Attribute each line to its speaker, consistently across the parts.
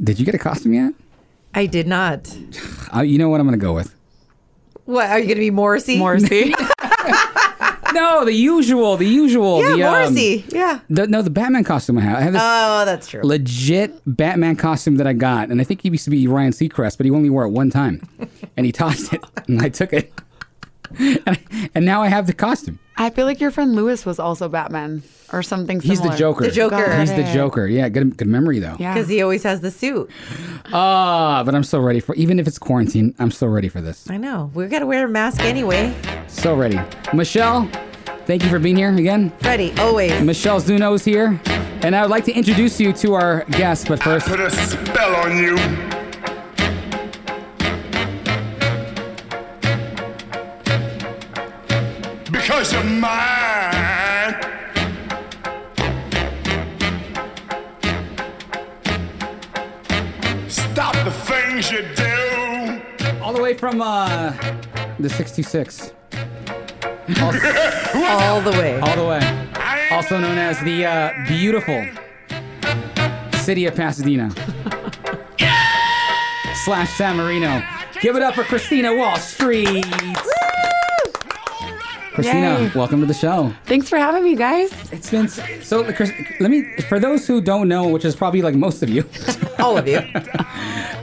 Speaker 1: Did you get a costume yet?
Speaker 2: I did not.
Speaker 1: Uh, you know what I'm going to go with?
Speaker 2: What are you going to be, Morrissey?
Speaker 3: Morrissey.
Speaker 1: No, the usual, the usual.
Speaker 2: Yeah,
Speaker 1: the, um,
Speaker 2: Morrissey. Yeah.
Speaker 1: the- no, the Batman costume I have. I have this
Speaker 2: Oh, that's true.
Speaker 1: legit Batman costume that I got, and I think he used to be Ryan Seacrest, but he only wore it one time, and he tossed it, and I took it, and, and now I have the costume.
Speaker 3: I feel like your friend Lewis was also Batman or something
Speaker 1: He's
Speaker 3: similar.
Speaker 1: the Joker.
Speaker 2: The Joker.
Speaker 3: Got
Speaker 1: He's the
Speaker 3: it.
Speaker 1: Joker. Yeah, good, good memory though.
Speaker 3: Yeah.
Speaker 2: Because he always has the suit.
Speaker 1: Ah, but I'm so ready for even if it's quarantine, I'm so ready for this.
Speaker 2: I know. We're going to wear a mask anyway.
Speaker 1: So ready. Michelle, thank you for being here again.
Speaker 2: Freddie, always.
Speaker 1: Michelle Zuno is here, and I would like to introduce you to our guest. But first,
Speaker 4: Put a spell on you. Because you're mine. Stop the things you do.
Speaker 1: all the way from uh, the 626, all,
Speaker 2: all the way.
Speaker 1: all the way. also known as the uh, beautiful city of Pasadena slash San Marino. Give it up for Christina Wall Street. Christina,
Speaker 3: Yay.
Speaker 1: welcome to the show.
Speaker 3: Thanks for having me, guys.
Speaker 1: It's been s- so. Chris, let me for those who don't know, which is probably like most of you.
Speaker 2: all of you.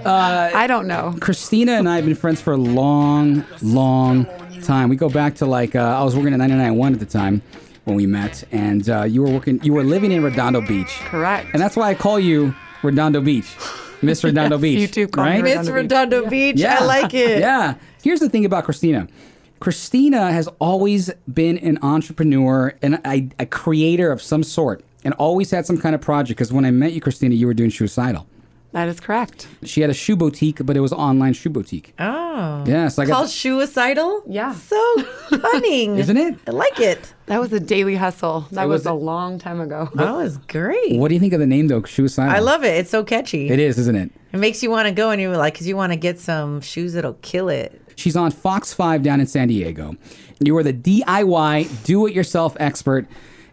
Speaker 3: I don't know.
Speaker 1: Christina and I have been friends for a long, long time. We go back to like uh, I was working at 99.1 at the time when we met, and uh, you were working, you were living in Redondo Beach,
Speaker 3: Correct.
Speaker 1: And that's why I call you Redondo Beach, Miss Redondo
Speaker 3: Yes,
Speaker 1: Beach.
Speaker 3: you do call me
Speaker 1: right?
Speaker 3: Redondo
Speaker 2: It's
Speaker 3: Beach.
Speaker 2: Redondo Beach. I like it.
Speaker 1: Yeah. Here's the thing about Christina. Christina has always been an entrepreneur and a, a creator of some sort, and always had some kind of project. Because when I met you, Christina, you were doing suicidal.
Speaker 3: That is correct.
Speaker 1: She had a shoe boutique, but it was online shoe boutique.
Speaker 2: Oh.
Speaker 1: Yes, like
Speaker 2: Called suicidal?
Speaker 3: Yeah.
Speaker 2: So cunning.
Speaker 1: Isn't it?
Speaker 2: I like it.
Speaker 3: That was a daily hustle. That
Speaker 1: It was
Speaker 3: was,
Speaker 1: a-
Speaker 3: a long time ago.
Speaker 2: That was great.
Speaker 1: What do you think of the name though? Suicidal.
Speaker 2: I love it. It's so catchy.
Speaker 1: It is, isn't it?
Speaker 2: It makes you want to go and you're like, because you want to get some shoes that'll kill it.
Speaker 1: She's on Fox 5 down in San Diego. You are the DIY do it yourself expert.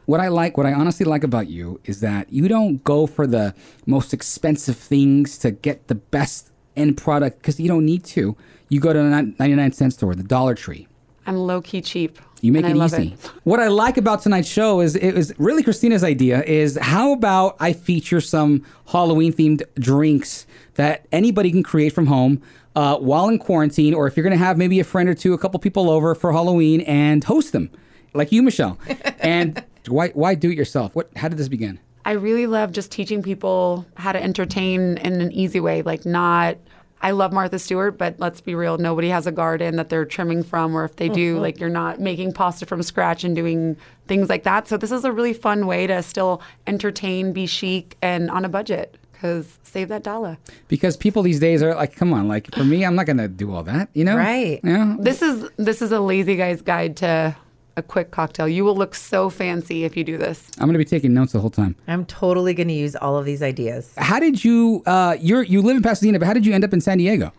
Speaker 1: What I like, what I honestly like about you is that you don't go for the most expensive things to get the best end product because you don't need to. You go to a 99 cent store, the Dollar Tree.
Speaker 3: I'm low key cheap.
Speaker 1: You make
Speaker 3: and
Speaker 1: it
Speaker 3: I love
Speaker 1: easy. What I like about tonight's show is it was really Christina's idea is how about I feature some Halloween themed drinks that anybody can create from home uh, while in quarantine, or if you're going to have maybe a friend or two, a couple people over for Halloween and host them, like you, Michelle. and why why do it yourself? What how did this begin?
Speaker 3: I really love just teaching people how to entertain in an easy way, like not. I love Martha Stewart, but let's be real, nobody has a garden that they're trimming from, or if they do, like you're not making pasta from scratch and doing things like that. So, this is a really fun way to still entertain, be chic, and on a budget, because save that dollar.
Speaker 1: Because people these days are like, come on, like for me, I'm not going to do all that, you know?
Speaker 2: Right.
Speaker 1: Yeah.
Speaker 3: This is this is a lazy guy's guide to a quick cocktail. You will look so fancy if you do this.
Speaker 1: I'm going to be taking notes the whole time.
Speaker 2: I'm totally going to use all of these ideas.
Speaker 1: How did you uh, you're you live in Pasadena, but how did you end up in San Diego?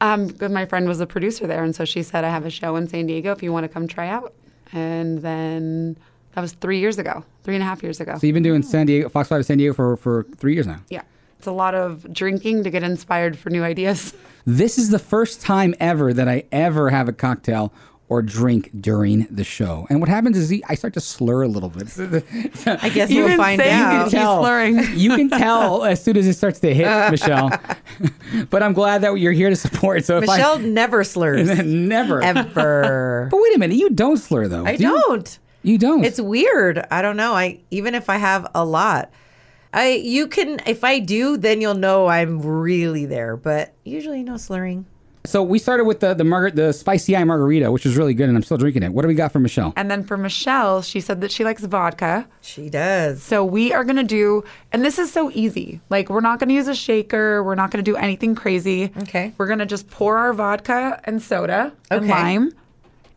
Speaker 3: Um, good- my friend was a producer there, and so she said, "I have a show in San Diego. If you want to come try out." And then that was three years ago, three and a half years ago.
Speaker 1: So you've been doing San Diego, Fox Five San Diego for for three years now.
Speaker 3: yeah, it's a lot of drinking to get inspired for new ideas.
Speaker 1: This is the first time ever that I ever have a cocktail or drink during the show. And what happens is I start to slur a little bit.
Speaker 2: I guess
Speaker 3: You
Speaker 2: we'll
Speaker 3: can
Speaker 2: find
Speaker 3: say you can
Speaker 2: out.
Speaker 3: He's slurring.
Speaker 1: You can tell as soon as it starts to hit Michelle. but I'm glad that you're here to support. So if
Speaker 2: Michelle never slurs.
Speaker 1: I never.
Speaker 2: ever.
Speaker 1: But wait a minute, you don't slur though.
Speaker 2: I
Speaker 1: do you?
Speaker 2: don't.
Speaker 1: You don't.
Speaker 2: It's weird. I don't know. I even if I have a lot, I you can if I do, then you'll know I'm really there. But usually no slurring.
Speaker 1: so we started with the the, margar- the spicy eye margarita, which is really good, and I'm still drinking it. What do we got for Michelle?
Speaker 3: And then for Michelle, she said that she likes vodka.
Speaker 2: She does.
Speaker 3: So we are going to do, and this is so easy. Like, we're not going to use a shaker. We're not going to do anything crazy.
Speaker 2: Okay.
Speaker 3: We're going to just pour our vodka and soda and
Speaker 2: Okay.
Speaker 3: lime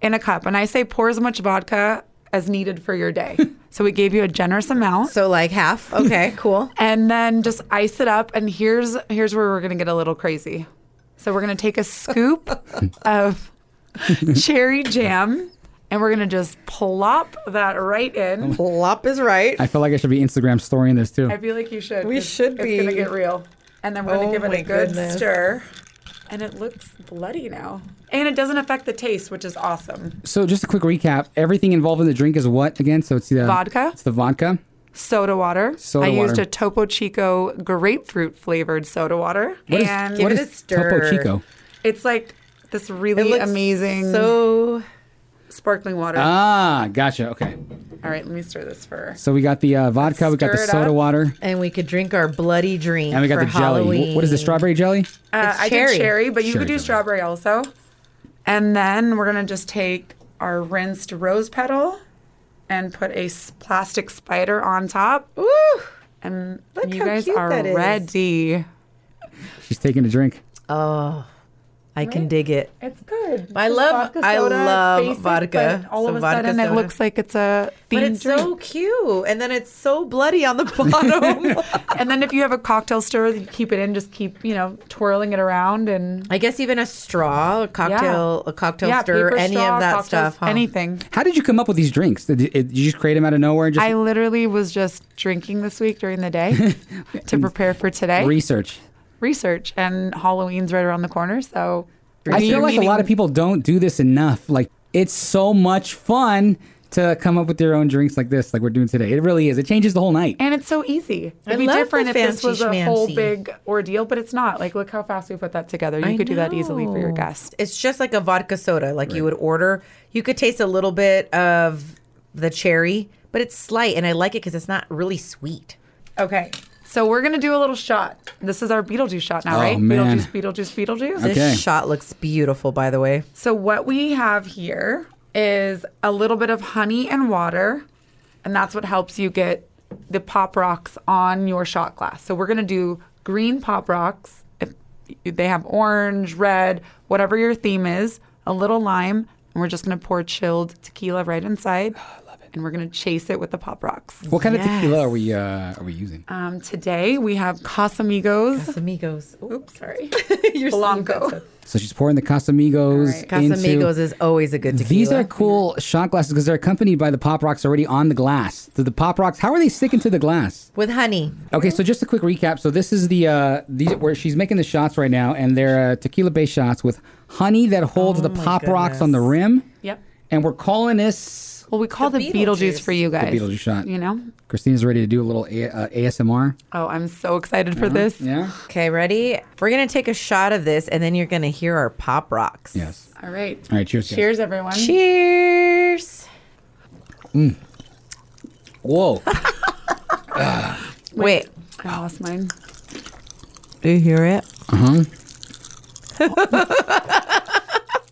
Speaker 3: in a cup. And I say pour as much vodka as needed for your day. so we gave you a generous amount.
Speaker 2: So like half. Okay, cool.
Speaker 3: and then just ice it up. And here's here's where we're going to get a little crazy. So we're going to take a scoop of cherry jam and we're going to just plop that right
Speaker 2: Oh
Speaker 3: in.
Speaker 2: Plop is right.
Speaker 1: I feel like I should be Instagram storying this too.
Speaker 3: I feel like you should.
Speaker 2: We
Speaker 3: It's-
Speaker 2: should
Speaker 3: It's
Speaker 2: be.
Speaker 3: gonna get real. and then we're gonna
Speaker 2: Oh
Speaker 3: give it
Speaker 2: my
Speaker 3: a good
Speaker 2: goodness.
Speaker 3: stir. And it looks bloody now, and it doesn't affect the taste, which is awesome.
Speaker 1: So just a quick recap. Everything involved in the drink is what again? So it's the
Speaker 3: Vodka.
Speaker 1: It's the vodka.
Speaker 3: Soda water.
Speaker 1: Soda
Speaker 3: I used
Speaker 1: water.
Speaker 3: a Topo Chico grapefruit flavored soda water,
Speaker 1: What is-
Speaker 3: and
Speaker 1: what
Speaker 2: it
Speaker 1: is
Speaker 2: a stir.
Speaker 1: Topo Chico?
Speaker 3: it's like this
Speaker 2: It
Speaker 3: really
Speaker 2: looks
Speaker 3: amazing
Speaker 2: So
Speaker 3: sparkling water.
Speaker 1: Ah, gotcha. Okay.
Speaker 3: All right, let me stir this for.
Speaker 1: So we got the uh, vodka. We got the
Speaker 3: stir it
Speaker 1: soda
Speaker 3: up.
Speaker 1: water.
Speaker 2: and we could drink our bloody drink
Speaker 1: And we got
Speaker 2: for
Speaker 1: the jelly. Wh-
Speaker 2: Halloween.
Speaker 1: What is the strawberry jelly?
Speaker 3: Uh,
Speaker 2: It's
Speaker 3: I
Speaker 2: cherry.
Speaker 3: did cherry, but you
Speaker 1: Cherry
Speaker 3: could do
Speaker 1: jelly.
Speaker 3: strawberry also. And then we're gonna just take our rinsed rose petal and put a s- plastic spider on top.
Speaker 2: Woo!
Speaker 3: And
Speaker 2: Look
Speaker 3: you
Speaker 2: how
Speaker 3: guys
Speaker 2: cute
Speaker 3: are
Speaker 2: that is.
Speaker 3: ready.
Speaker 1: She's taking a drink.
Speaker 2: Oh, I can dig it.
Speaker 3: It's good.
Speaker 2: I
Speaker 3: Just
Speaker 2: love-
Speaker 3: vodka
Speaker 2: I
Speaker 3: soda, it's
Speaker 2: love
Speaker 3: basic,
Speaker 2: vodka,
Speaker 3: but all
Speaker 2: some
Speaker 3: of a
Speaker 2: vodka
Speaker 3: sudden,
Speaker 2: soda.
Speaker 3: it looks like it's a themed
Speaker 2: But it's
Speaker 3: drink.
Speaker 2: so cute, and then it's so bloody on the bottom.
Speaker 3: and then if you have a cocktail stirrer, you keep it in. Just keep you know twirling it around and
Speaker 2: I guess even a straw, a cocktail, a cocktail
Speaker 3: yeah,
Speaker 2: stir,
Speaker 3: paper
Speaker 2: any
Speaker 3: straw,
Speaker 2: of that
Speaker 3: cocktails,
Speaker 2: stuff. Huh?
Speaker 3: anything.
Speaker 1: How did you come up with these drinks? Did, did you just create them out of nowhere? and Just
Speaker 3: I literally was just drinking this week during the day to prepare for today.
Speaker 1: research.
Speaker 3: research, and Halloween's right around the corner. So
Speaker 1: I feel like a lot of people don't do this enough. Like it's so much fun to come up with their own drinks like this, like we're doing today. It really is. It changes the whole night.
Speaker 3: And it's so easy. It'd
Speaker 2: I
Speaker 3: be
Speaker 2: love the
Speaker 3: different if this was a whole
Speaker 2: fancy-schmancy.
Speaker 3: big ordeal, but it's not. Like, look how fast we put that together. You
Speaker 2: I
Speaker 3: could do that easily for your
Speaker 2: know.
Speaker 3: guests.
Speaker 2: It's just like a vodka soda, like you would order. You could taste a little bit of the cherry, but it's slight, and I like it because it's not really sweet.
Speaker 3: Okay. So we're gonna do a little shot. This is our Beetlejuice shot now,
Speaker 1: Oh,
Speaker 3: right?
Speaker 1: man.
Speaker 3: Beetlejuice, Beetlejuice, Beetlejuice.
Speaker 2: This
Speaker 1: Okay.
Speaker 2: shot looks beautiful, by the way.
Speaker 3: So what we have here is a little bit of honey and water, and that's what helps you get the pop rocks on your shot glass. So we're gonna do green pop rocks. If they have orange, red, whatever your theme is, a little lime, and we're just gonna pour chilled tequila right inside. And we're gonna chase it with the pop rocks.
Speaker 1: What kind of
Speaker 2: Yes.
Speaker 1: tequila are we uh, are we using?
Speaker 3: Um, today we have Casamigos.
Speaker 2: Amigos.
Speaker 3: Oops, sorry.
Speaker 2: Your
Speaker 3: Blanco.
Speaker 1: So she's pouring the Casamigos
Speaker 3: All right.
Speaker 1: into.
Speaker 2: Casamigos is always a good tequila.
Speaker 1: These are cool shot glasses because they're accompanied by the pop rocks already on the glass. So the pop rocks, how are they sticking to the glass?
Speaker 2: with honey.
Speaker 1: Okay, so just a quick recap. So this is the uh, these where she's making the shots right now, and they're uh, tequila based shots with honey that holds the
Speaker 2: my
Speaker 1: pop rocks
Speaker 2: goodness.
Speaker 1: on the rim.
Speaker 3: Yep.
Speaker 1: And we're calling this.
Speaker 3: Well, we call
Speaker 2: The
Speaker 3: the, Beetlejuice.
Speaker 2: Beetlejuice.
Speaker 3: for you guys.
Speaker 1: Beetlejuice shot.
Speaker 3: You know?
Speaker 1: Christina's ready to do a little a- uh, ASMR.
Speaker 3: Oh, I'm so excited for this.
Speaker 1: Yeah.
Speaker 2: Okay, ready? We're gonna take a shot of this, and then you're gonna hear our pop rocks.
Speaker 1: Yes.
Speaker 3: All right.
Speaker 1: All right. Cheers. guys.
Speaker 3: Cheers, everyone.
Speaker 2: Cheers.
Speaker 1: Whoa.
Speaker 2: Wait,
Speaker 3: I lost mine.
Speaker 2: do you hear it?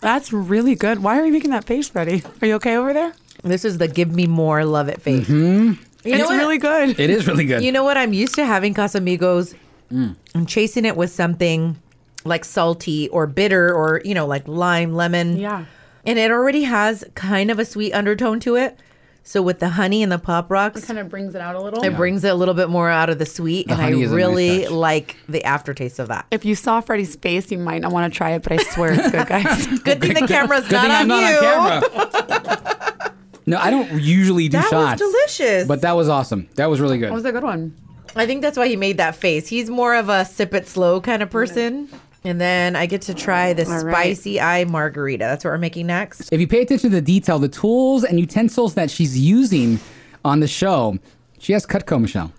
Speaker 3: That's really good. Why are you making that face, Freddie? Are you okay over there?
Speaker 2: This is the give me more, love it face.
Speaker 1: Mm-hmm.
Speaker 2: You know
Speaker 3: it's
Speaker 2: what?
Speaker 3: really good.
Speaker 1: it is really good.
Speaker 2: You know what? I'm used to having Casamigos
Speaker 1: Mm.
Speaker 2: and chasing it with something like salty or bitter or, you know, like lime, lemon.
Speaker 3: Yeah.
Speaker 2: And it already has kind of a sweet undertone to it. So with the honey and the pop rocks,
Speaker 3: kind of brings it out a little.
Speaker 2: it brings it a little bit more out of the sweet. and I
Speaker 1: honey is a nice
Speaker 2: really
Speaker 1: touch.
Speaker 2: like the aftertaste of that.
Speaker 3: If you saw Freddie's face, you might not want to try it, but I swear it's good, guys.
Speaker 2: Good thing the camera's
Speaker 1: Good
Speaker 2: not,
Speaker 1: thing
Speaker 2: on,
Speaker 1: I'm not
Speaker 2: you.
Speaker 1: on camera. no, I don't usually do
Speaker 2: That was
Speaker 1: shots.
Speaker 2: delicious.
Speaker 1: But that was awesome. That was really good.
Speaker 3: That was a good one.
Speaker 2: I think that's why he made that face. He's more of a sip it slow kind of person. And then I get to try the
Speaker 3: All right.
Speaker 2: spicy eye margarita. That's what we're making next.
Speaker 1: if you pay attention to the detail, the tools and utensils that she's using on the show, she has Cutco, Michelle.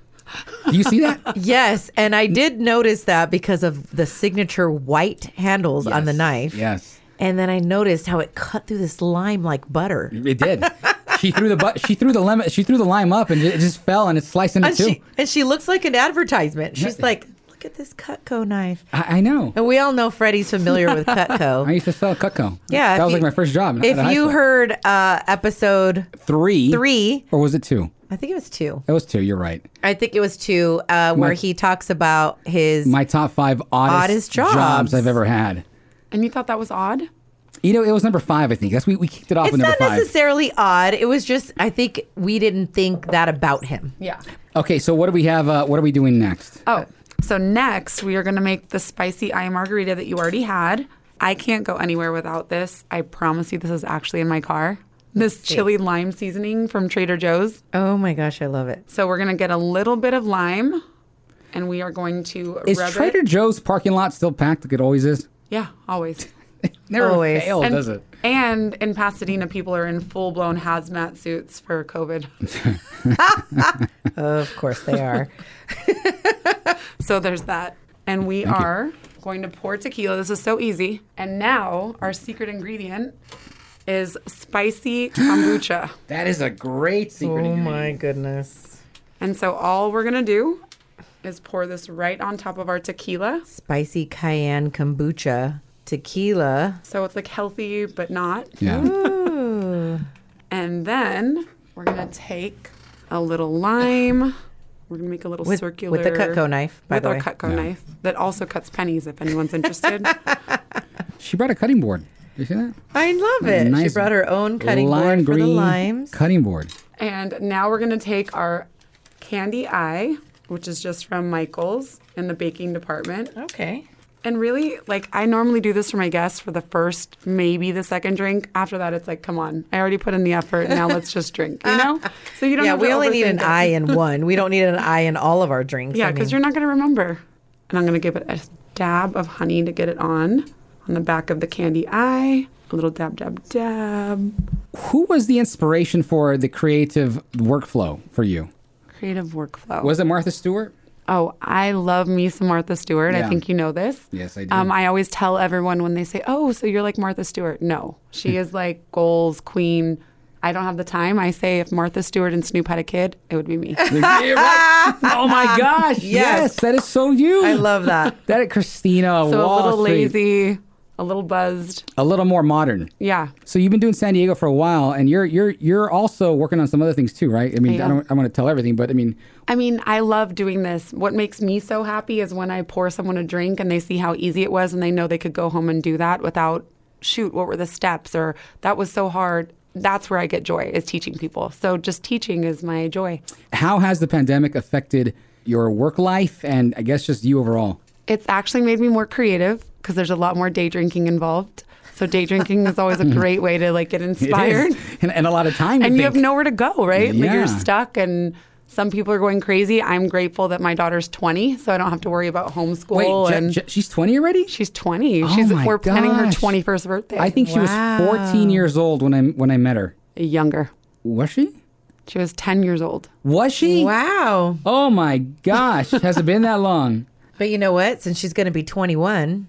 Speaker 1: Do you see that?
Speaker 2: Yes, and I did notice that because of the signature white handles on the
Speaker 1: Yes.
Speaker 2: knife.
Speaker 1: Yes.
Speaker 2: And then I noticed how it cut through this lime like butter.
Speaker 1: It did. she threw the but she threw the lemon she threw the lime up and it just fell and it's slicing it
Speaker 2: And
Speaker 1: too.
Speaker 2: she and she looks like an advertisement. She's like, "Look at this Cutco knife."
Speaker 1: I, I know.
Speaker 2: And we all know Freddie's familiar with
Speaker 1: I
Speaker 2: Cutco.
Speaker 1: used to sell at Cutco. That
Speaker 2: Yeah, if
Speaker 1: was like
Speaker 2: you-
Speaker 1: my first job. in- out of
Speaker 2: If
Speaker 1: high
Speaker 2: you
Speaker 1: school.
Speaker 2: heard uh, episode,
Speaker 1: three
Speaker 2: three-
Speaker 1: or was it two?
Speaker 2: I think it was two.
Speaker 1: That was two. You're right.
Speaker 2: I think it was two, uh, where he talks about his.
Speaker 1: My top five oddest,
Speaker 2: Oddest jobs.
Speaker 1: I've ever had.
Speaker 3: And you thought that was odd?
Speaker 1: You know, it was number five. I think that's we, we kicked it off
Speaker 2: it's
Speaker 1: with number
Speaker 2: not
Speaker 1: five.
Speaker 2: necessarily odd. It was just I think we didn't think that about him.
Speaker 3: Yeah.
Speaker 1: Okay, so what do we have? Uh, what are we doing next?
Speaker 3: Oh, so next we are going to make the spicy eye margarita that you already had. I can't go anywhere without this. I promise you, this is actually in my car. This chili lime seasoning from Trader Joe's.
Speaker 2: Oh my gosh, I love it.
Speaker 3: So we're gonna get a little bit of lime and we are going to
Speaker 1: Is
Speaker 3: rub
Speaker 1: Trader
Speaker 3: it.
Speaker 1: Joe's parking lot still packed like it always is?
Speaker 3: Yeah, always.
Speaker 1: Never
Speaker 2: Always.
Speaker 1: fails,
Speaker 3: and,
Speaker 1: does it?
Speaker 3: And in Pasadena, people are in full blown hazmat suits for COVID.
Speaker 2: Of course they are.
Speaker 3: So there's that. And we are going to pour tequila. This is so easy. And now our secret ingredient is spicy kombucha.
Speaker 1: That is a great secret.
Speaker 2: oh
Speaker 1: ingredient.
Speaker 2: my goodness.
Speaker 3: and so all we're going to do is pour this right on top of our tequila.
Speaker 2: Spicy cayenne kombucha tequila.
Speaker 3: So it's like healthy, but not.
Speaker 1: Yeah.
Speaker 3: And then we're going to take a little lime. We're going to make a little
Speaker 2: With- with the
Speaker 3: circular.
Speaker 2: Cutco knife, by
Speaker 3: with
Speaker 2: the
Speaker 3: our
Speaker 2: way.
Speaker 3: Cutco knife that also cuts pennies if anyone's interested.
Speaker 1: she brought a cutting board. You see that?
Speaker 2: I love it. she
Speaker 1: Nice
Speaker 2: brought her own cutting
Speaker 1: Lime
Speaker 2: board for
Speaker 1: green
Speaker 2: the limes.
Speaker 1: cutting board.
Speaker 3: And now we're gonna take our candy eye, which is just from Michael's in the baking department.
Speaker 2: Oh. okay.
Speaker 3: And really, like I normally do this for my guests for the first, maybe the second drink. After that, it's like, come on, I already put in the effort. Now let's just drink, you know? So you don't.
Speaker 2: Yeah,
Speaker 3: have to
Speaker 2: we only need an
Speaker 3: overthink it.
Speaker 2: eye in one. We don't need an eye in all of our drinks.
Speaker 3: Yeah,
Speaker 2: I
Speaker 3: because
Speaker 2: mean,
Speaker 3: you're not gonna remember. And I'm gonna give it a dab of honey to get it on on the back of the candy eye. A little dab, dab, dab.
Speaker 1: Who was the inspiration for the creative workflow for you?
Speaker 3: Creative workflow.
Speaker 1: Was it Martha Stewart?
Speaker 3: Oh, I love me some Martha Stewart.
Speaker 1: Yeah.
Speaker 3: I think you know this.
Speaker 1: Yes, I do.
Speaker 3: Um, I always tell everyone when they say, "Oh, so you're like Martha Stewart?" No,
Speaker 1: Hmm.
Speaker 3: she is like goals queen. I don't have the time. I say if Martha Stewart and Snoop had a kid, it would be me.
Speaker 1: Yeah, right. oh my gosh! Yes. that is so you.
Speaker 2: I love that.
Speaker 1: that, Christina.
Speaker 3: So
Speaker 1: Wall
Speaker 3: a little
Speaker 1: Street.
Speaker 3: lazy, a little buzzed.
Speaker 1: a little more modern.
Speaker 3: Yeah.
Speaker 1: So you've been doing San Diego for a while, and you're you're you're also working on some other things too, right? I mean, I,
Speaker 3: am.
Speaker 1: don't I want to tell everything, but I mean,
Speaker 3: I mean, I love doing this. What makes me so happy is when I pour someone a drink and they see how easy it was and they know they could go home and do that without, shoot, what were the steps or that was so hard. That's where I get joy is teaching people. So just teaching is my joy.
Speaker 1: how has the pandemic affected your work life and I guess just you overall?
Speaker 3: It's actually made me more creative because there's a lot more day drinking involved. So day drinking is always a great way to like get
Speaker 1: It is.
Speaker 3: inspired.
Speaker 1: and, and a lot of time. to
Speaker 3: and you have
Speaker 1: think.
Speaker 3: nowhere to go, right? Like
Speaker 1: Yeah.
Speaker 3: you're stuck and some people are going crazy. I'm grateful that my daughter's 20, so I don't have to worry about homeschool
Speaker 1: Wait, Je-
Speaker 3: and
Speaker 1: Je- she's twenty already.
Speaker 3: She's 20. She's
Speaker 1: Oh my
Speaker 3: we're planning her
Speaker 1: gosh.
Speaker 3: 21st birthday.
Speaker 1: I think she
Speaker 2: Wow.
Speaker 1: was fourteen years old when I when I met her.
Speaker 3: younger.
Speaker 1: Was she?
Speaker 3: She was 10 years old.
Speaker 1: Was she?
Speaker 2: Wow.
Speaker 1: Oh my gosh! Has it been that long?
Speaker 2: But you know what? Since she's going to be 21,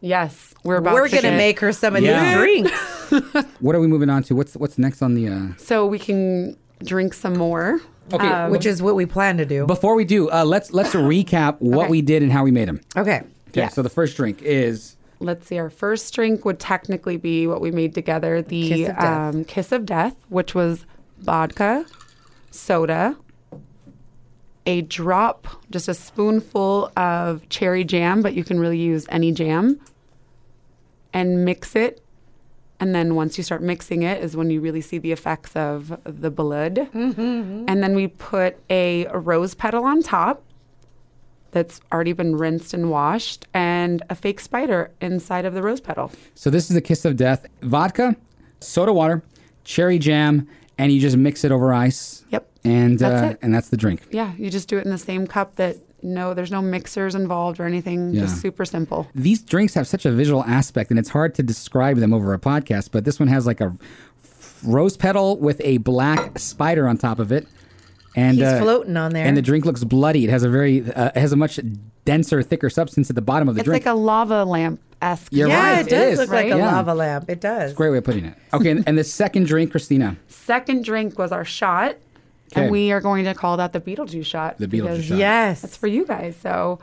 Speaker 3: Yes, we're about
Speaker 2: we're
Speaker 3: to
Speaker 2: going to
Speaker 3: get-
Speaker 2: make her some of
Speaker 1: Yeah.
Speaker 2: these drinks.
Speaker 1: What are we moving on to? What's what's next on the? Uh...
Speaker 3: so we can drink some more.
Speaker 1: Okay,
Speaker 3: Um,
Speaker 2: which is what we plan to do.
Speaker 1: Before we do, uh, let's let's recap what
Speaker 3: Okay. Oh,
Speaker 1: we did and how we made them.
Speaker 2: Okay.
Speaker 1: Okay,
Speaker 3: Yes.
Speaker 1: so the first drink is
Speaker 3: Let's see. Our first drink would technically be what we made together: the
Speaker 2: Kiss of death.
Speaker 3: Um, kiss of death, which was vodka, soda, a drop, just a spoonful of cherry jam, but you can really use any jam, and mix it. And then once you start mixing it, is when you really see the effects of the blood.
Speaker 2: Mm-hmm,
Speaker 3: And then we put a rose petal on top that's already been rinsed and washed, and a fake spider inside of the rose petal.
Speaker 1: so this is the kiss of death: vodka, soda water, cherry jam, and you just mix it over ice.
Speaker 3: Yep.
Speaker 1: And
Speaker 3: That's
Speaker 1: uh,
Speaker 3: it.
Speaker 1: and that's the drink.
Speaker 3: Yeah, you just do it in the same cup that no, there's no mixers involved or anything.
Speaker 1: Yeah.
Speaker 3: Just super simple.
Speaker 1: These drinks have such a visual aspect, and it's hard to describe them over a podcast. But this one has like a rose petal with a black spider on top of it, and
Speaker 2: He's
Speaker 1: uh,
Speaker 2: floating on there.
Speaker 1: And the drink looks bloody. It has a very uh, it has a much denser, thicker substance at the bottom of the
Speaker 3: It's
Speaker 1: drink.
Speaker 3: like a lava lamp esque.
Speaker 1: You're
Speaker 2: yeah,
Speaker 1: right,
Speaker 2: it
Speaker 1: it
Speaker 2: does
Speaker 1: is,
Speaker 2: look like
Speaker 1: right?
Speaker 2: a
Speaker 1: Yeah.
Speaker 2: lava lamp. It does.
Speaker 1: Great way of putting it. Okay, and, and the second drink, Christina.
Speaker 3: Second drink was our shot,
Speaker 1: Okay.
Speaker 3: and we are going to call that the Beetlejuice shot.
Speaker 1: The Beetlejuice
Speaker 3: because
Speaker 1: shot.
Speaker 2: Yes.
Speaker 3: That's for you guys. So,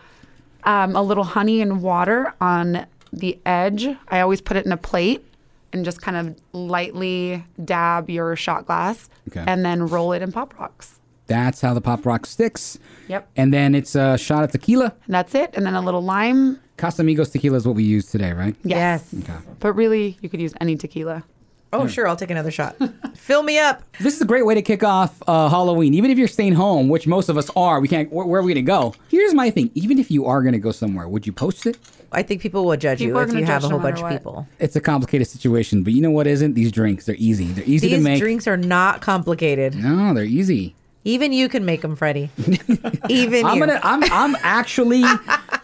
Speaker 3: um, a little honey and water on the edge. I always put it in a plate and just kind of lightly dab your shot glass
Speaker 1: Okay.
Speaker 3: and then roll it in pop rocks.
Speaker 1: That's how the pop rock sticks.
Speaker 3: Yep.
Speaker 1: And then it's a shot of tequila.
Speaker 3: And that's it. And then a little lime.
Speaker 1: Casamigos tequila is what we use today, right?
Speaker 3: Yes.
Speaker 2: Yes.
Speaker 1: Okay.
Speaker 3: But really, you could use any tequila.
Speaker 2: Oh, sure. I'll take another shot. Fill me up.
Speaker 1: This is a great way to kick off uh, Halloween. Even if you're staying home, which most of us are, we can't. Where, where are we gonna go? Here's my thing. Even if you are gonna go somewhere, would you post it?
Speaker 2: I think people will judge
Speaker 3: People
Speaker 2: you
Speaker 3: are
Speaker 2: if
Speaker 3: gonna
Speaker 2: you have
Speaker 3: judge
Speaker 2: a whole
Speaker 3: no
Speaker 2: bunch
Speaker 3: matter
Speaker 2: of
Speaker 3: what.
Speaker 2: people.
Speaker 1: It's a complicated situation, but you know what isn't? These drinks. They're easy. They're easy to
Speaker 2: These
Speaker 1: make.
Speaker 2: drinks are not complicated.
Speaker 1: no, they're easy.
Speaker 2: Even you can make them, Freddie. Even
Speaker 1: I'm
Speaker 2: you.
Speaker 1: gonna I'm I'm actually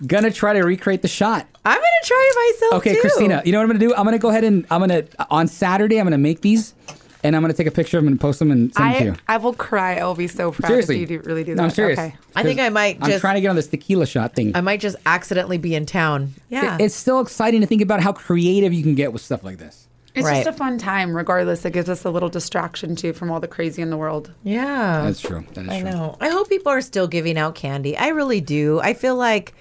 Speaker 1: gonna try to recreate the shot.
Speaker 2: I'm gonna try it myself.
Speaker 1: Okay,
Speaker 2: too.
Speaker 1: Christina, you know what I'm gonna do? I'm gonna go ahead and I'm gonna on Saturday I'm gonna make these and I'm gonna take a picture of them and post them and send them to
Speaker 3: I,
Speaker 1: you.
Speaker 3: I will cry. I'll be so proud
Speaker 1: Seriously,
Speaker 3: if you do, really do
Speaker 1: no,
Speaker 3: that.
Speaker 1: I'm serious.
Speaker 3: Okay.
Speaker 2: I think I might
Speaker 1: I'm
Speaker 2: just-
Speaker 1: trying to get on this tequila shot thing.
Speaker 2: I might just accidentally be in town. Yeah.
Speaker 1: It- It's still exciting to think about how creative you can get with stuff like this.
Speaker 3: It's
Speaker 2: Right.
Speaker 3: just a fun time, regardless. It gives us a little distraction too from all the crazy in the world.
Speaker 2: yeah.
Speaker 1: That's true. That is
Speaker 2: I
Speaker 1: true.
Speaker 2: know. I hope people are still giving out candy. I really do. I feel like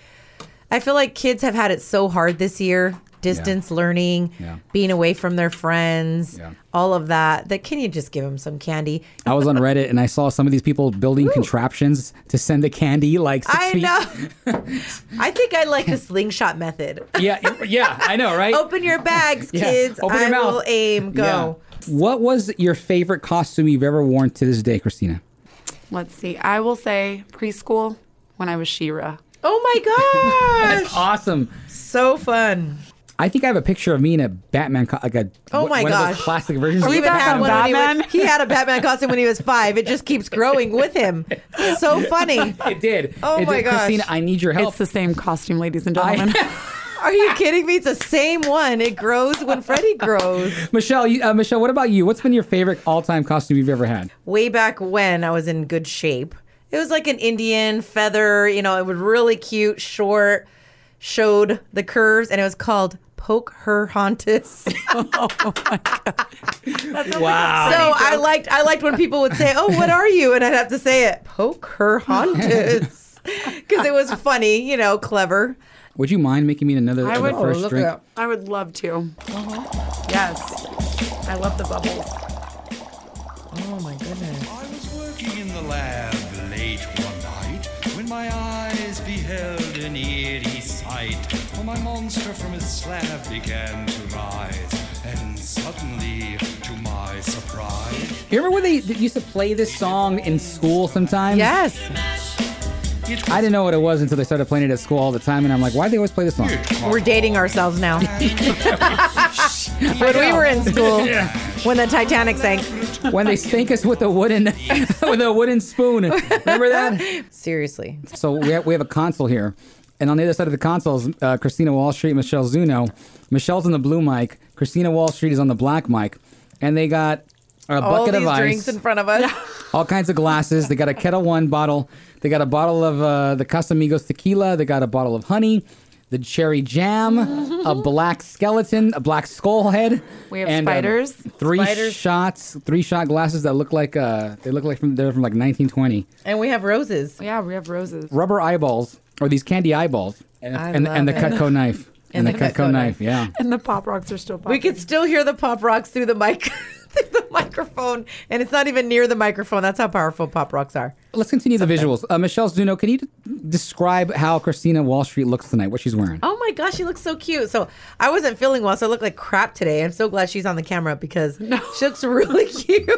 Speaker 2: I feel like kids have had it so hard this year. Distance learning,
Speaker 1: Yeah.
Speaker 2: being away from their friends,
Speaker 1: Yeah.
Speaker 2: all of that. That can you just give them some candy?
Speaker 1: I was on Reddit and I saw some of these people building contraptions to send the candy like six
Speaker 2: I
Speaker 1: feet.
Speaker 2: know. I think I like the slingshot method.
Speaker 1: Yeah, yeah, I know, right?
Speaker 2: Open your bags,
Speaker 1: Yeah.
Speaker 2: kids.
Speaker 1: Open your
Speaker 2: I
Speaker 1: mouth.
Speaker 2: will aim. Go.
Speaker 1: Yeah. What was your favorite costume you've ever worn to this day, Christina?
Speaker 3: Let's see. I will say preschool when I was Shira.
Speaker 2: Oh my gosh.
Speaker 1: Awesome.
Speaker 2: so fun.
Speaker 1: I think I have a picture of me in a Batman, co- like a
Speaker 2: Oh
Speaker 1: one
Speaker 2: my
Speaker 1: of those
Speaker 2: gosh.
Speaker 1: plastic versions.
Speaker 2: We
Speaker 1: of
Speaker 2: even
Speaker 3: back
Speaker 2: had
Speaker 3: on
Speaker 2: one when he, was,
Speaker 3: Batman?
Speaker 2: he had a Batman costume when he was five. It just keeps growing with him. So funny.
Speaker 1: It did.
Speaker 2: Oh
Speaker 1: It
Speaker 2: my
Speaker 1: did.
Speaker 2: gosh.
Speaker 1: Christina, I need your help.
Speaker 3: It's the same costume, ladies and gentlemen.
Speaker 2: Are you kidding me? It's the same one. It grows when Freddy grows.
Speaker 1: Michelle, you, uh, Michelle, what about you? What's been your favorite all-time costume you've ever had?
Speaker 2: Way back when I was in good shape, it was like an Indian feather. You know, it was really cute, short, showed the curves, and it was called Poke Her Hauntus. so Oh
Speaker 1: Wow.
Speaker 2: I liked I liked when people would say, "Oh, what are you?" and I'd have to say it, Poke Her Hauntus, because it was funny. You know, clever.
Speaker 1: Would you mind making me another
Speaker 3: I would
Speaker 1: the
Speaker 2: Oh,
Speaker 1: first drink?
Speaker 3: I would love to. Uh-huh. Yes. I love the bubbles.
Speaker 2: Oh my goodness.
Speaker 5: I was working in the lab late one night when my eyes beheld an eerie sight. For my monster from his slab began to rise, and suddenly, to my surprise,
Speaker 1: You remember when they, they used to play this song in school sometimes?
Speaker 2: Yes.
Speaker 5: it
Speaker 1: I didn't know what it was until they started playing it at school all the time, and I'm like, why do they always play this song?
Speaker 2: We're dating ourselves now. when we were in school, when the Titanic sank.
Speaker 1: when they stink us with a wooden with a wooden spoon. Remember that?
Speaker 2: Seriously.
Speaker 1: So we have, we have a console here, and on the other side of the console is uh, Christina Wall Street, Michelle Zuno. Michelle's on the blue mic. Christina Wall Street is on the black mic, and they got a
Speaker 2: All
Speaker 1: bucket
Speaker 2: these
Speaker 1: of ice,
Speaker 2: drinks in front of us.
Speaker 1: all kinds of glasses. They got a Kettle One bottle. They got a bottle of uh, the Casamigos tequila. They got a bottle of honey. The cherry jam, a black skeleton, a black skull head.
Speaker 3: We have
Speaker 1: and, um,
Speaker 3: spiders.
Speaker 1: three
Speaker 2: Spiders.
Speaker 1: shots, three shot glasses that look like uh, they look like from they're from like 1920.
Speaker 2: and we have roses.
Speaker 3: Yeah, we have roses.
Speaker 1: Rubber eyeballs or these candy eyeballs, and
Speaker 2: I
Speaker 1: and, and the
Speaker 2: love
Speaker 1: Cutco knife and,
Speaker 2: And
Speaker 1: the
Speaker 2: the
Speaker 1: Cutco,
Speaker 2: Cutco
Speaker 1: knife.
Speaker 2: knife.
Speaker 1: Yeah,
Speaker 3: And the pop rocks are still popping.
Speaker 2: We could still hear the pop rocks through the mic through the microphone. And it's not even near the microphone. That's how powerful pop rocks are.
Speaker 1: let's continue the visuals. Uh, Michelle Zuno, can you d- describe how Christina Wall Street looks tonight? What she's wearing?
Speaker 2: Oh my gosh, she looks so cute. So I wasn't feeling well, so I look like crap today. I'm so glad she's on the camera because she looks really cute.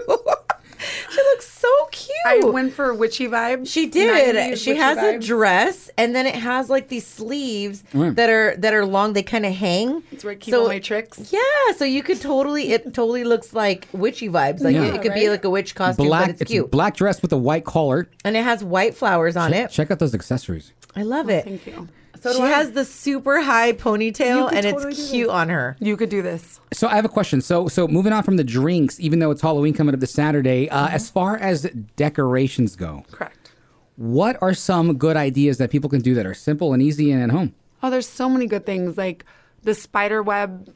Speaker 2: she looks so cute.
Speaker 3: I went for witchy vibes.
Speaker 2: She did.
Speaker 3: 90s
Speaker 2: She
Speaker 3: witchy
Speaker 2: has a
Speaker 3: vibes.
Speaker 2: dress, and then it has like these sleeves that are that are long. They kind of hang. It's
Speaker 3: where I keep all my tricks.
Speaker 2: Yeah, so you could totally. It totally looks like witchy vibes. Like
Speaker 1: Yeah.
Speaker 2: it, it could be
Speaker 3: Right?
Speaker 2: like a witch costume,
Speaker 1: black.
Speaker 2: but it's, cute.
Speaker 1: black dress with a white collar.
Speaker 2: And it has white flowers on it.
Speaker 1: Check out those accessories.
Speaker 2: I love it.
Speaker 3: Oh, Thank you.
Speaker 2: So she has the super high
Speaker 3: You
Speaker 2: ponytail,
Speaker 3: could
Speaker 2: and
Speaker 3: totally do
Speaker 2: it's cute
Speaker 3: this.
Speaker 2: on her.
Speaker 3: You could do this.
Speaker 1: So I have a question. So so moving on from the drinks, even though it's Halloween coming up this Saturday, uh,
Speaker 3: Mm-hmm.
Speaker 1: as far as decorations go,
Speaker 3: Correct.
Speaker 1: what are some good ideas that people can do that are simple and easy and at home?
Speaker 3: Oh, there's so many good things like the spider web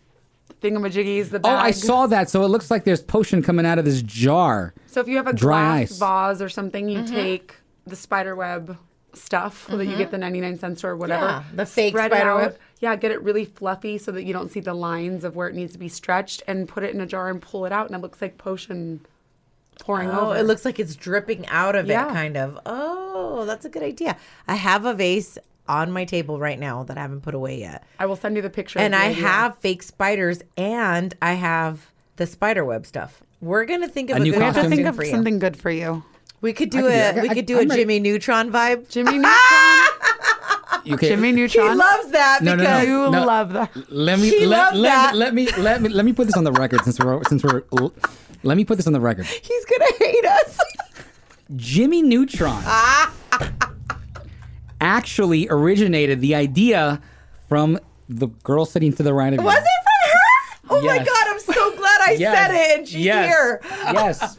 Speaker 3: thingamajiggies, the
Speaker 1: Oh,
Speaker 3: bag.
Speaker 1: I saw that. So it looks like there's potion coming out of this jar.
Speaker 3: So if you have a
Speaker 1: Dry
Speaker 3: glass
Speaker 1: ice.
Speaker 3: vase or something, you
Speaker 2: Mm-hmm.
Speaker 3: take the spider web stuff that you get the 99 cents or whatever.
Speaker 2: Yeah, the fake
Speaker 3: spread it
Speaker 2: spider web.
Speaker 3: out. Yeah, get it really fluffy so that you don't see the lines of where it needs to be stretched and put it in a jar and pull it out and it looks like potion pouring
Speaker 2: Oh,
Speaker 3: over.
Speaker 2: it looks like it's dripping out of it,
Speaker 3: Yeah.
Speaker 2: kind of. Oh, that's a good idea. I have a vase on my table right now that I haven't put away yet.
Speaker 3: I will send you the picture. of
Speaker 2: and
Speaker 3: the
Speaker 2: I
Speaker 3: idea.
Speaker 2: have fake spiders, and I have the spider web stuff. We're gonna think of
Speaker 1: A
Speaker 2: a,
Speaker 1: new
Speaker 2: good
Speaker 3: We have to
Speaker 1: costume.
Speaker 2: costume
Speaker 3: think of
Speaker 2: for you.
Speaker 3: something good for you.
Speaker 2: We could do
Speaker 1: I could do
Speaker 2: a
Speaker 1: that.
Speaker 2: we
Speaker 1: I-
Speaker 2: could do
Speaker 1: I
Speaker 2: a
Speaker 1: might-
Speaker 2: Jimmy Neutron vibe.
Speaker 3: Jimmy Neutron.
Speaker 1: Okay.
Speaker 3: Jimmy
Speaker 2: He
Speaker 3: Neutron.
Speaker 2: loves that
Speaker 1: No, no, no.
Speaker 2: because
Speaker 3: you
Speaker 1: No.
Speaker 3: love that.
Speaker 1: Let me
Speaker 2: He
Speaker 1: let,
Speaker 2: loves
Speaker 1: let,
Speaker 2: that.
Speaker 1: let me let me let me put this on the record since we're since we're let me put this on the record.
Speaker 2: he's gonna hate us.
Speaker 1: Jimmy Neutron
Speaker 2: Ah.
Speaker 1: actually originated the idea from the girl sitting to the right of you.
Speaker 2: Was it from her? Oh my
Speaker 1: Yes.
Speaker 2: God, I'm so glad I
Speaker 1: Yes.
Speaker 2: said it and she's
Speaker 1: yes.
Speaker 2: here.
Speaker 1: Yes.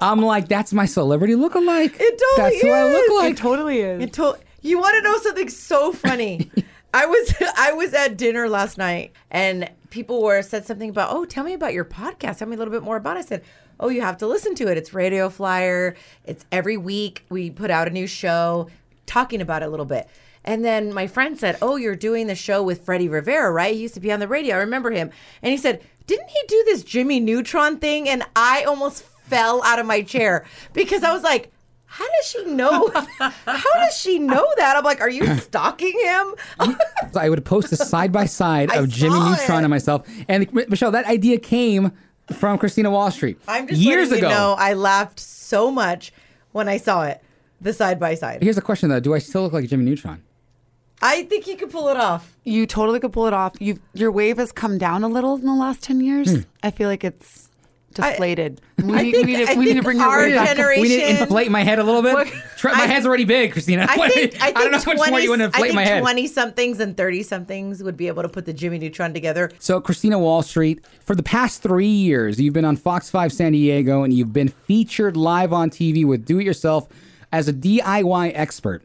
Speaker 1: I'm like, that's my celebrity lookalike.
Speaker 2: It totally
Speaker 1: That's who I
Speaker 2: is.
Speaker 1: look like.
Speaker 3: It totally is.
Speaker 2: You told you want to know something so funny. I was I was at dinner last night and people were said something about, "Oh, tell me about your podcast. Tell me a little bit more about it." I said, "Oh, you have to listen to it. It's Radio Flyer. It's every week we put out a new show talking about it a little bit." And then my friend said, "Oh, you're doing the show with Freddie Rivera, right? He used to be on the radio. I remember him." And he said, "Didn't he do this Jimmy Neutron thing?" And I almost fell out of my chair because I was like, how does she know? How does she know that? I'm like, are you stalking him?
Speaker 1: So I would post a side by side
Speaker 2: I
Speaker 1: of Jimmy
Speaker 2: saw
Speaker 1: Neutron
Speaker 2: it.
Speaker 1: and myself. And M- Michelle, that idea came from Christina Wall Street
Speaker 2: I'm just
Speaker 1: years
Speaker 2: letting
Speaker 1: ago.
Speaker 2: You know, I laughed so much when I saw it, the side by side.
Speaker 1: Here's a question though: Do I still look like Jimmy Neutron?
Speaker 2: I think you could pull it off.
Speaker 3: You totally could pull it off. You your wave has come down a little in the last ten years.
Speaker 1: Hmm.
Speaker 3: I feel like it's deflated. we, need,
Speaker 2: think-
Speaker 3: we need
Speaker 2: I
Speaker 3: to we need to
Speaker 2: think
Speaker 3: bring your
Speaker 2: our
Speaker 3: wave back.
Speaker 2: gener-
Speaker 1: We need to
Speaker 2: Generation.
Speaker 1: inflate my head a little bit. Tr- my
Speaker 2: I-
Speaker 1: head's already big, Christina.
Speaker 2: I think I, think
Speaker 1: don't know how
Speaker 2: 20,
Speaker 1: much more you want to
Speaker 2: I
Speaker 1: inflate
Speaker 2: think
Speaker 1: my head.
Speaker 2: 20 somethings and 30 somethings would be able to put the Jimmy Neutron together.
Speaker 1: So, Christina Wall Street, for the past three years, you've been on Fox 5 San Diego and you've been featured live on TV with Do It Yourself as a DIY expert.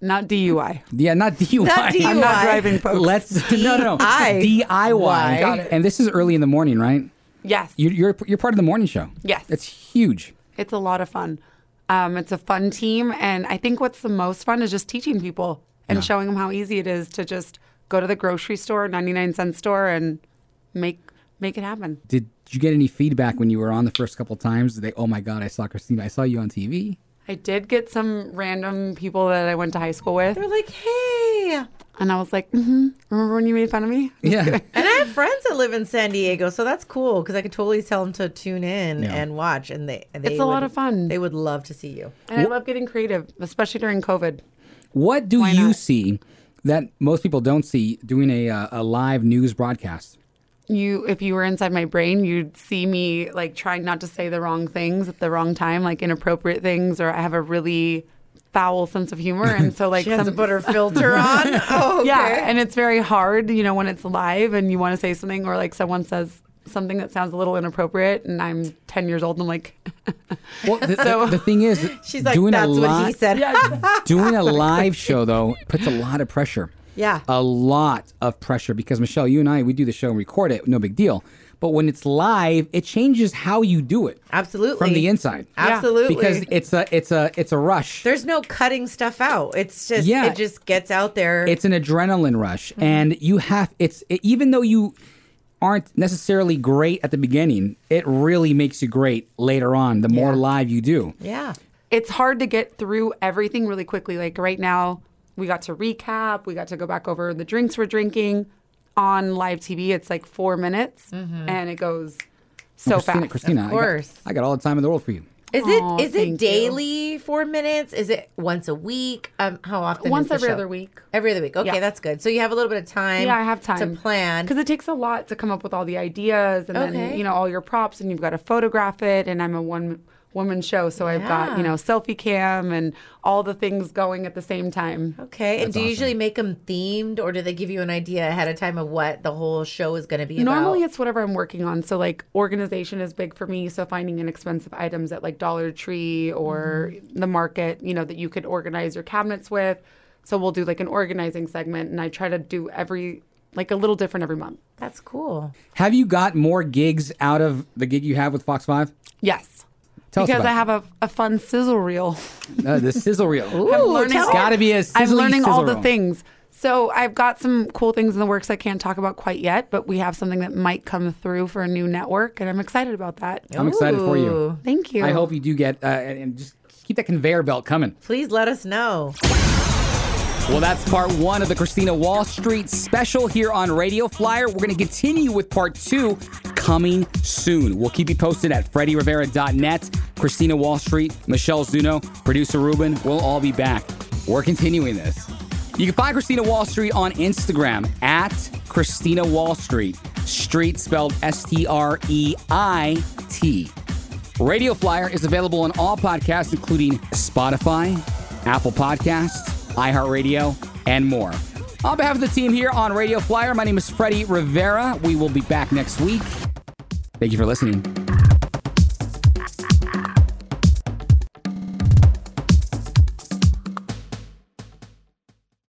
Speaker 3: Not DUI.
Speaker 1: Yeah, not DIY.
Speaker 2: Not
Speaker 3: I'm
Speaker 2: DUI.
Speaker 3: not driving, folks.
Speaker 1: Let's no no
Speaker 2: DIY.
Speaker 1: DIY.
Speaker 2: Got
Speaker 1: And this is early in the morning, right?
Speaker 3: yes,
Speaker 1: You, you're you're part of the morning show.
Speaker 3: Yes.
Speaker 1: it's huge.
Speaker 3: it's a lot of fun. Um, it's a fun team, and I think what's the most fun is just teaching people and showing them how easy it is to just go to the grocery store, ninety nine cent store, and make make it happen.
Speaker 1: Did you get any feedback when you were on the first couple times? They, oh my god, I saw Christina. I saw you on TV.
Speaker 3: I did get some random people that I went to high school with,
Speaker 2: They're like, hey.
Speaker 3: and I was like, mm-hmm. "Remember when you made fun of me?"
Speaker 1: Yeah,
Speaker 2: And I have friends that live in San Diego, so that's cool because I could totally tell them to tune in
Speaker 1: Yeah.
Speaker 2: and watch, and they, they
Speaker 3: It's a lot
Speaker 2: would-
Speaker 3: of fun.
Speaker 2: They would love to see you.
Speaker 3: And I love getting creative, especially during COVID.
Speaker 1: What do
Speaker 3: Why
Speaker 1: you
Speaker 3: not?
Speaker 1: see that most people don't see doing a, uh, a live news broadcast?
Speaker 3: You, if you were inside my brain, you'd see me like trying not to say the wrong things at the wrong time, like inappropriate things, or I have a really foul sense of humor, and so like
Speaker 2: She has to
Speaker 3: some
Speaker 2: put her filter on. Oh, okay.
Speaker 3: yeah, and it's very hard, you know, when it's live and you want to say something, or like someone says something that sounds a little inappropriate, and I'm ten years old, and I'm like,
Speaker 1: Well, the, the, the thing is,
Speaker 2: She's like,
Speaker 1: doing
Speaker 2: that's
Speaker 1: a
Speaker 2: what he
Speaker 1: live
Speaker 2: said.
Speaker 1: doing a live show though puts a lot of pressure.
Speaker 2: Yeah.
Speaker 1: a lot of pressure because Michelle, you and I, we do the show and record it, no big deal. But when it's live, it changes how you do it
Speaker 2: Absolutely.
Speaker 1: from the inside.
Speaker 2: Absolutely.
Speaker 1: because it's a it's a it's a rush.
Speaker 2: There's no cutting stuff out. It's just
Speaker 1: Yeah.
Speaker 2: it just gets out there.
Speaker 1: it's an adrenaline rush
Speaker 3: Mm-hmm.
Speaker 1: and you have it's it, even though you aren't necessarily great at the beginning it really makes you great later on the more live you do
Speaker 2: yeah.
Speaker 3: it's hard to get through everything really quickly. Like right now, we got to recap, we got to go back over the drinks we're drinking on live TV. It's like four minutes
Speaker 2: Mm-hmm.
Speaker 3: and it goes so
Speaker 1: Oh, christina
Speaker 3: fast.
Speaker 1: christina I got-
Speaker 2: course.
Speaker 1: I, got, all the time in the world for you
Speaker 2: Is
Speaker 3: Aw,
Speaker 2: it is
Speaker 3: thank
Speaker 2: it
Speaker 3: you.
Speaker 2: daily four minutes? Is it once a week? Um, how often?
Speaker 3: Once
Speaker 2: is the
Speaker 3: every
Speaker 2: show?
Speaker 3: other week.
Speaker 2: Every other week. Okay,
Speaker 3: Yeah.
Speaker 2: that's good. So you have a little bit of time.
Speaker 3: Yeah, I have time
Speaker 2: to plan.
Speaker 3: because it takes a lot to come up with all the ideas and
Speaker 2: Okay.
Speaker 3: then you know all your props and you've got to photograph it. And I'm a one woman show, so I've got you
Speaker 2: Yeah.
Speaker 3: know selfie cam and all the things going at the same time.
Speaker 2: Okay, and do you
Speaker 1: awesome.
Speaker 2: usually make them themed, or do they give you an idea ahead of time of what the whole show is going to be
Speaker 3: Normally,
Speaker 2: about?
Speaker 3: it's whatever I'm working on. So, like, organization is big for me. So, finding inexpensive items at like Dollar Tree or the market, you know, that you could organize your cabinets with. So, we'll do like an organizing segment, and I try to do every like a little different every month.
Speaker 2: That's cool.
Speaker 1: have you got more gigs out of the gig you have with fox 5
Speaker 3: Yes.
Speaker 1: Tell us
Speaker 3: because
Speaker 1: about
Speaker 3: I
Speaker 1: it.
Speaker 3: have a, a fun sizzle reel.
Speaker 1: Uh, the sizzle reel
Speaker 3: I'm learning
Speaker 1: it's got to be a sizzly
Speaker 3: I'm learning all
Speaker 1: sizzle
Speaker 3: the
Speaker 1: roll.
Speaker 3: things. So I've got some cool things in the works I can't talk about quite yet, but we have something that might come through for a new network, and I'm excited about that.
Speaker 1: i'm excited for you
Speaker 2: Ooh.
Speaker 3: Thank you.
Speaker 1: i hope you do get uh, and and just keep that conveyor belt coming
Speaker 2: Please let us know.
Speaker 1: Well, that's part one of the Christina Wall Street special here on Radio Flyer. We're going to continue with part two coming soon. We'll keep you posted at FreddyRivera.net, Christina Wall Street, Michelle Zuno, producer Ruben. We'll all be back. We're continuing this. You can find Christina Wall Street on Instagram at Christina Wall Street, street spelled S T R E I T. Radio Flyer is available on all podcasts, including Spotify, Apple Podcasts, iHeartRadio, and more. On behalf of the team here on Radio Flyer, my name is Freddie Rivera. We will be back next week. Thank you for listening.